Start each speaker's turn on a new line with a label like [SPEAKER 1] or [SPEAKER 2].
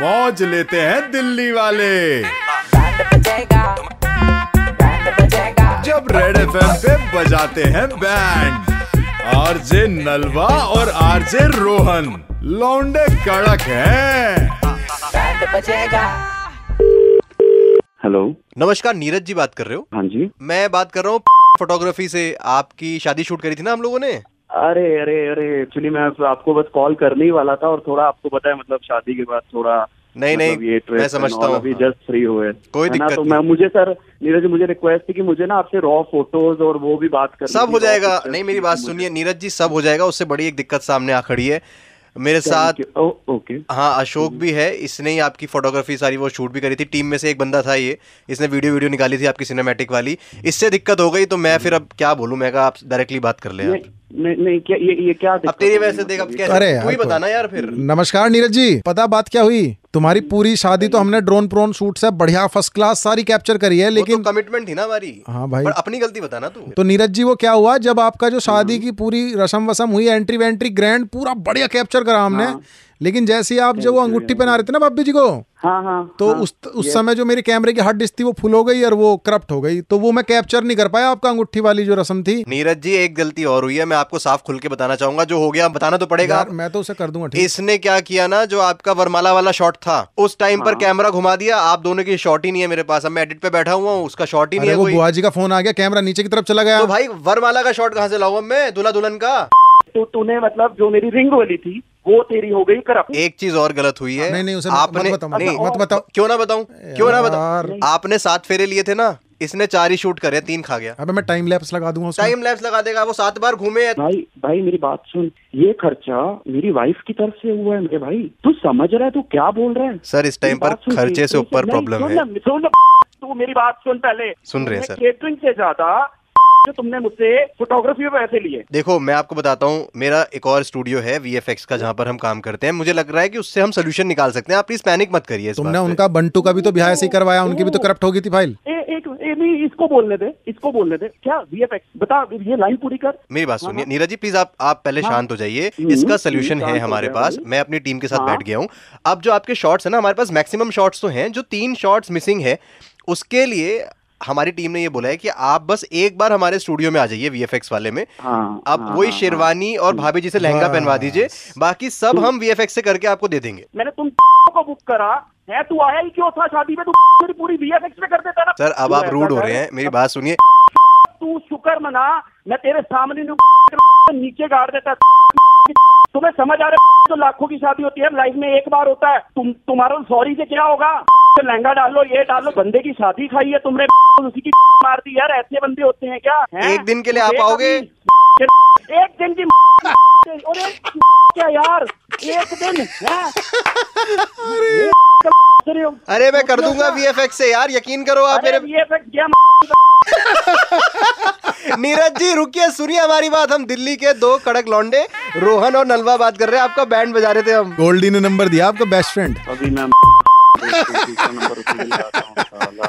[SPEAKER 1] मौज लेते हैं दिल्ली वाले जब रेड एफ पे बजाते हैं बैंड आरजे नलवा और आरजे रोहन लौंडे कड़क हैं
[SPEAKER 2] हेलो
[SPEAKER 3] नमस्कार नीरज जी बात कर रहे हो
[SPEAKER 2] हाँ जी
[SPEAKER 3] मैं बात कर रहा हूँ फोटोग्राफी से आपकी शादी शूट करी थी ना हम लोगों ने
[SPEAKER 2] अरे अरे अरे एक्चुअली मैं आपको बस कॉल करने ही वाला था और थोड़ा आपको पता है मतलब शादी के बाद थोड़ा
[SPEAKER 3] नहीं
[SPEAKER 2] मतलब
[SPEAKER 3] नहीं
[SPEAKER 2] ये
[SPEAKER 3] मैं
[SPEAKER 2] ट्रेस
[SPEAKER 3] समझता
[SPEAKER 2] and all
[SPEAKER 3] हूँ
[SPEAKER 2] अभी जस्ट फ्री हुए है
[SPEAKER 3] कोई
[SPEAKER 2] ना,
[SPEAKER 3] दिक्कत
[SPEAKER 2] तो
[SPEAKER 3] नहीं।
[SPEAKER 2] मैं मुझे सर नीरज जी, मुझे रिक्वेस्ट थी कि मुझे ना आपसे रॉ फोटोज और वो भी बात करनी
[SPEAKER 3] सब
[SPEAKER 2] थी,
[SPEAKER 3] हो
[SPEAKER 2] raw
[SPEAKER 3] जाएगा
[SPEAKER 2] pictures
[SPEAKER 3] नहीं मेरी
[SPEAKER 2] की
[SPEAKER 3] बात
[SPEAKER 2] अच्छा मुझे।
[SPEAKER 3] सुनिए नीरज जी सब हो जाएगा उससे बड़ी एक दिक्कत सामने आ खड़ी है मेरे
[SPEAKER 2] Thank
[SPEAKER 3] साथ
[SPEAKER 2] you. Oh, hmm. O- okay
[SPEAKER 3] हाँ अशोक भी है इसने ही आपकी फोटोग्राफी सारी वो शूट भी करी थी टीम में से एक बंदा था ये इसने वीडियो वीडियो निकाली थी आपकी सिनेमैटिक वाली इससे दिक्कत हो गई तो मैं फिर अब क्या बोलूँ मैं कहा आप डायरेक्टली बात कर ले
[SPEAKER 2] नहीं नहीं नहीं, क्या ये ये क्या
[SPEAKER 3] अब
[SPEAKER 2] दिक्कत
[SPEAKER 3] तेरी
[SPEAKER 2] हो गई
[SPEAKER 3] वजह से देख अब
[SPEAKER 2] मतलब ये?
[SPEAKER 3] कैसे
[SPEAKER 4] अरे
[SPEAKER 3] तू ही
[SPEAKER 4] यार,
[SPEAKER 3] बताना यार फिर
[SPEAKER 4] नमस्कार नीरज जी पता बात क्या हुई तुम्हारी पूरी शादी तो हमने ड्रोन प्रोन शूट से बढ़िया फर्स्ट क्लास सारी कैप्चर करी है
[SPEAKER 3] लेकिन
[SPEAKER 4] लेकिन
[SPEAKER 3] कमिटमेंट तो थी ना हमारी
[SPEAKER 4] हाँ भाई।
[SPEAKER 3] पर अपनी गलती बताना तू
[SPEAKER 4] तो नीरज जी वो क्या हुआ जब आपका जो शादी की पूरी रसम वसम हुई एंट्री वेंट्री ग्रैंड पूरा बढ़िया कैप्चर करा हमने
[SPEAKER 3] हाँ।
[SPEAKER 4] लेकिन जैसे ही आप जब वो अंगूठी पहना रहे थे ना भाभी जी को
[SPEAKER 2] हाँ हाँ
[SPEAKER 4] तो
[SPEAKER 2] हाँ,
[SPEAKER 4] उस उस समय जो मेरी कैमरे की हार्ड डिस्क थी वो फुल हो गई और वो करप्ट हो गई तो वो मैं कैप्चर नहीं कर पाया आपका अंगूठी वाली जो रसम थी
[SPEAKER 3] नीरज जी एक गलती और हुई है मैं आपको साफ खुल के बताना चाहूंगा जो हो गया बताना तो पड़ेगा
[SPEAKER 4] यार मैं तो उसे कर दूंगा ठीक
[SPEAKER 3] इसने क्या किया ना जो आपका वरमाला वाला शॉट था उस टाइम पर कैमरा घुमा दिया आप दोनों की शॉट ही नहीं है मेरे पास अब मैं एडिट पे बैठा हुआ हूँ उसका शॉट ही नहीं
[SPEAKER 4] अरे
[SPEAKER 3] है
[SPEAKER 4] वो
[SPEAKER 3] कोई
[SPEAKER 4] बुआ जी का फोन आ गया कैमरा नीचे की तरफ चला गया
[SPEAKER 3] तो भाई वरमाला का शॉट कहाँ से लाऊंगा मैं दूल्हा दुल्हन का
[SPEAKER 2] तो तूने मतलब जो मेरी रिंग वाली थी वो तेरी हो गई करप्ट
[SPEAKER 3] एक चीज और गलत हुई है
[SPEAKER 4] नहीं, नहीं, उसे मत- मत
[SPEAKER 3] आपने
[SPEAKER 4] बताओ, मत-
[SPEAKER 3] नहीं,
[SPEAKER 4] मत बताओ।
[SPEAKER 3] क्यों ना बताऊं क्यों ना
[SPEAKER 4] यार।
[SPEAKER 3] बताऊं आपने सात फेरे लिए थे ना इसने चार ही शूट करे तीन खा गया
[SPEAKER 4] अबे मैं टाइम लैप्स लगा दूंगा उसमें
[SPEAKER 3] टाइम लैप्स लगा देगा वो सात बार घूमे है
[SPEAKER 2] भाई भाई मेरी बात सुन ये खर्चा मेरी वाइफ की तरफ से हुआ है मेरे भाई तू समझ रहा है तू क्या बोल रहा है
[SPEAKER 3] सर, इस टाइम
[SPEAKER 2] मेरी
[SPEAKER 3] पर
[SPEAKER 2] बात सुन,
[SPEAKER 3] खर्चे से
[SPEAKER 2] catering
[SPEAKER 3] ऊपर
[SPEAKER 2] नहीं,
[SPEAKER 3] problem
[SPEAKER 2] सुन
[SPEAKER 3] है।
[SPEAKER 2] ना- सुन ना, तू मेरी बात सुन पहले
[SPEAKER 3] सुन रहे हैं, सर।
[SPEAKER 2] केटरिंग से ज्यादा जो तुमने मुझसे फोटोग्राफी में पैसे लिए
[SPEAKER 3] देखो मैं आपको बताता हूँ मेरा एक और स्टूडियो है VFX का जहाँ पर हम काम करते हैं मुझे लग रहा है कि उससे हम सोल्यूशन निकाल सकते हैं आप प्लीज पैनिक मत करिए इस
[SPEAKER 4] तुमने
[SPEAKER 3] बात पे।
[SPEAKER 4] उनका बंटू का भी तो ब्याह ऐसे ही करवाया उनकी भी तो करप्ट हो गई थी फाइल
[SPEAKER 2] ए, एक ए, नहीं इसको बोलने दे इसको बोलने दे क्या वीएफएक्स बता ये लाइन पूरी कर
[SPEAKER 3] मेरी बात
[SPEAKER 2] हाँ,
[SPEAKER 3] सुनिए नीरज जी प्लीज आप आप पहले शांत हो जाइए इसका सोल्यूशन है
[SPEAKER 2] हम्म, शांत हो
[SPEAKER 3] हमारे
[SPEAKER 2] गया
[SPEAKER 3] पास
[SPEAKER 2] भाई।
[SPEAKER 3] मैं अपनी टीम के साथ
[SPEAKER 2] हाँ।
[SPEAKER 3] बैठ गया हूँ अब जो आपके शॉट्स है ना हमारे पास मैक्सिमम शॉट्स तो हैं जो तीन शॉट्स मिसिंग है उसके लिए हमारी टीम ने ये बोला है कि आप बस एक बार हमारे स्टूडियो में आ जाइए वीएफएक्स वाले में
[SPEAKER 2] हाँ,
[SPEAKER 3] आप
[SPEAKER 2] हाँ,
[SPEAKER 3] वही
[SPEAKER 2] हाँ,
[SPEAKER 3] शेरवानी और भाभी जी से लहंगा पहनवा दीजिए बाकी
[SPEAKER 2] हम्म।
[SPEAKER 3] सब हम वीएफएक्स से करके आपको दे देंगे
[SPEAKER 2] मैंने तुम को बुक करा है तू आया ही क्यों था शादी में तू मेरी पूरी वीएफएक्स में कर देता ना
[SPEAKER 3] सर अब
[SPEAKER 2] तू
[SPEAKER 3] आप
[SPEAKER 2] ऐसा
[SPEAKER 3] रूड हो
[SPEAKER 2] कर,
[SPEAKER 3] रहे हैं मेरी बात सुनिए
[SPEAKER 2] तू शुक्र मना मैं तेरे सामने नू- नीचे गाड़ देता तुम्हें समझ आ रहा है तो लाखों की शादी होती है लाइफ में एक बार होता है तुम तुम्हारा सॉरी से क्या होगा तो लहंगा डालो ये डालो बंदे की शादी खाई है तुमने उसी की मार दी यार ऐसे बंदे होते हैं क्या हैं?
[SPEAKER 3] एक दिन के लिए
[SPEAKER 2] तू
[SPEAKER 3] आप
[SPEAKER 2] देख
[SPEAKER 3] आओगे?
[SPEAKER 2] अभी, एक दिन की और एक क्या यार एक दिन हैं? अरे
[SPEAKER 3] अरे मैं कर दूंगा वीएफएक्स से यार यकीन करो आप
[SPEAKER 2] अरे
[SPEAKER 3] मेरे
[SPEAKER 2] ये फट गया
[SPEAKER 3] नीरज जी रुकिए सुनिए हमारी बात हम दिल्ली के दो कड़क लौंडे रोहन और नलवा बात कर रहे हैं आपका बैंड बजा रहे थे हम
[SPEAKER 4] गोल्डी ने नंबर दिया आपका बेस्ट फ्रेंड
[SPEAKER 2] अभी मैं नंबर उसी के लिए आता हूँ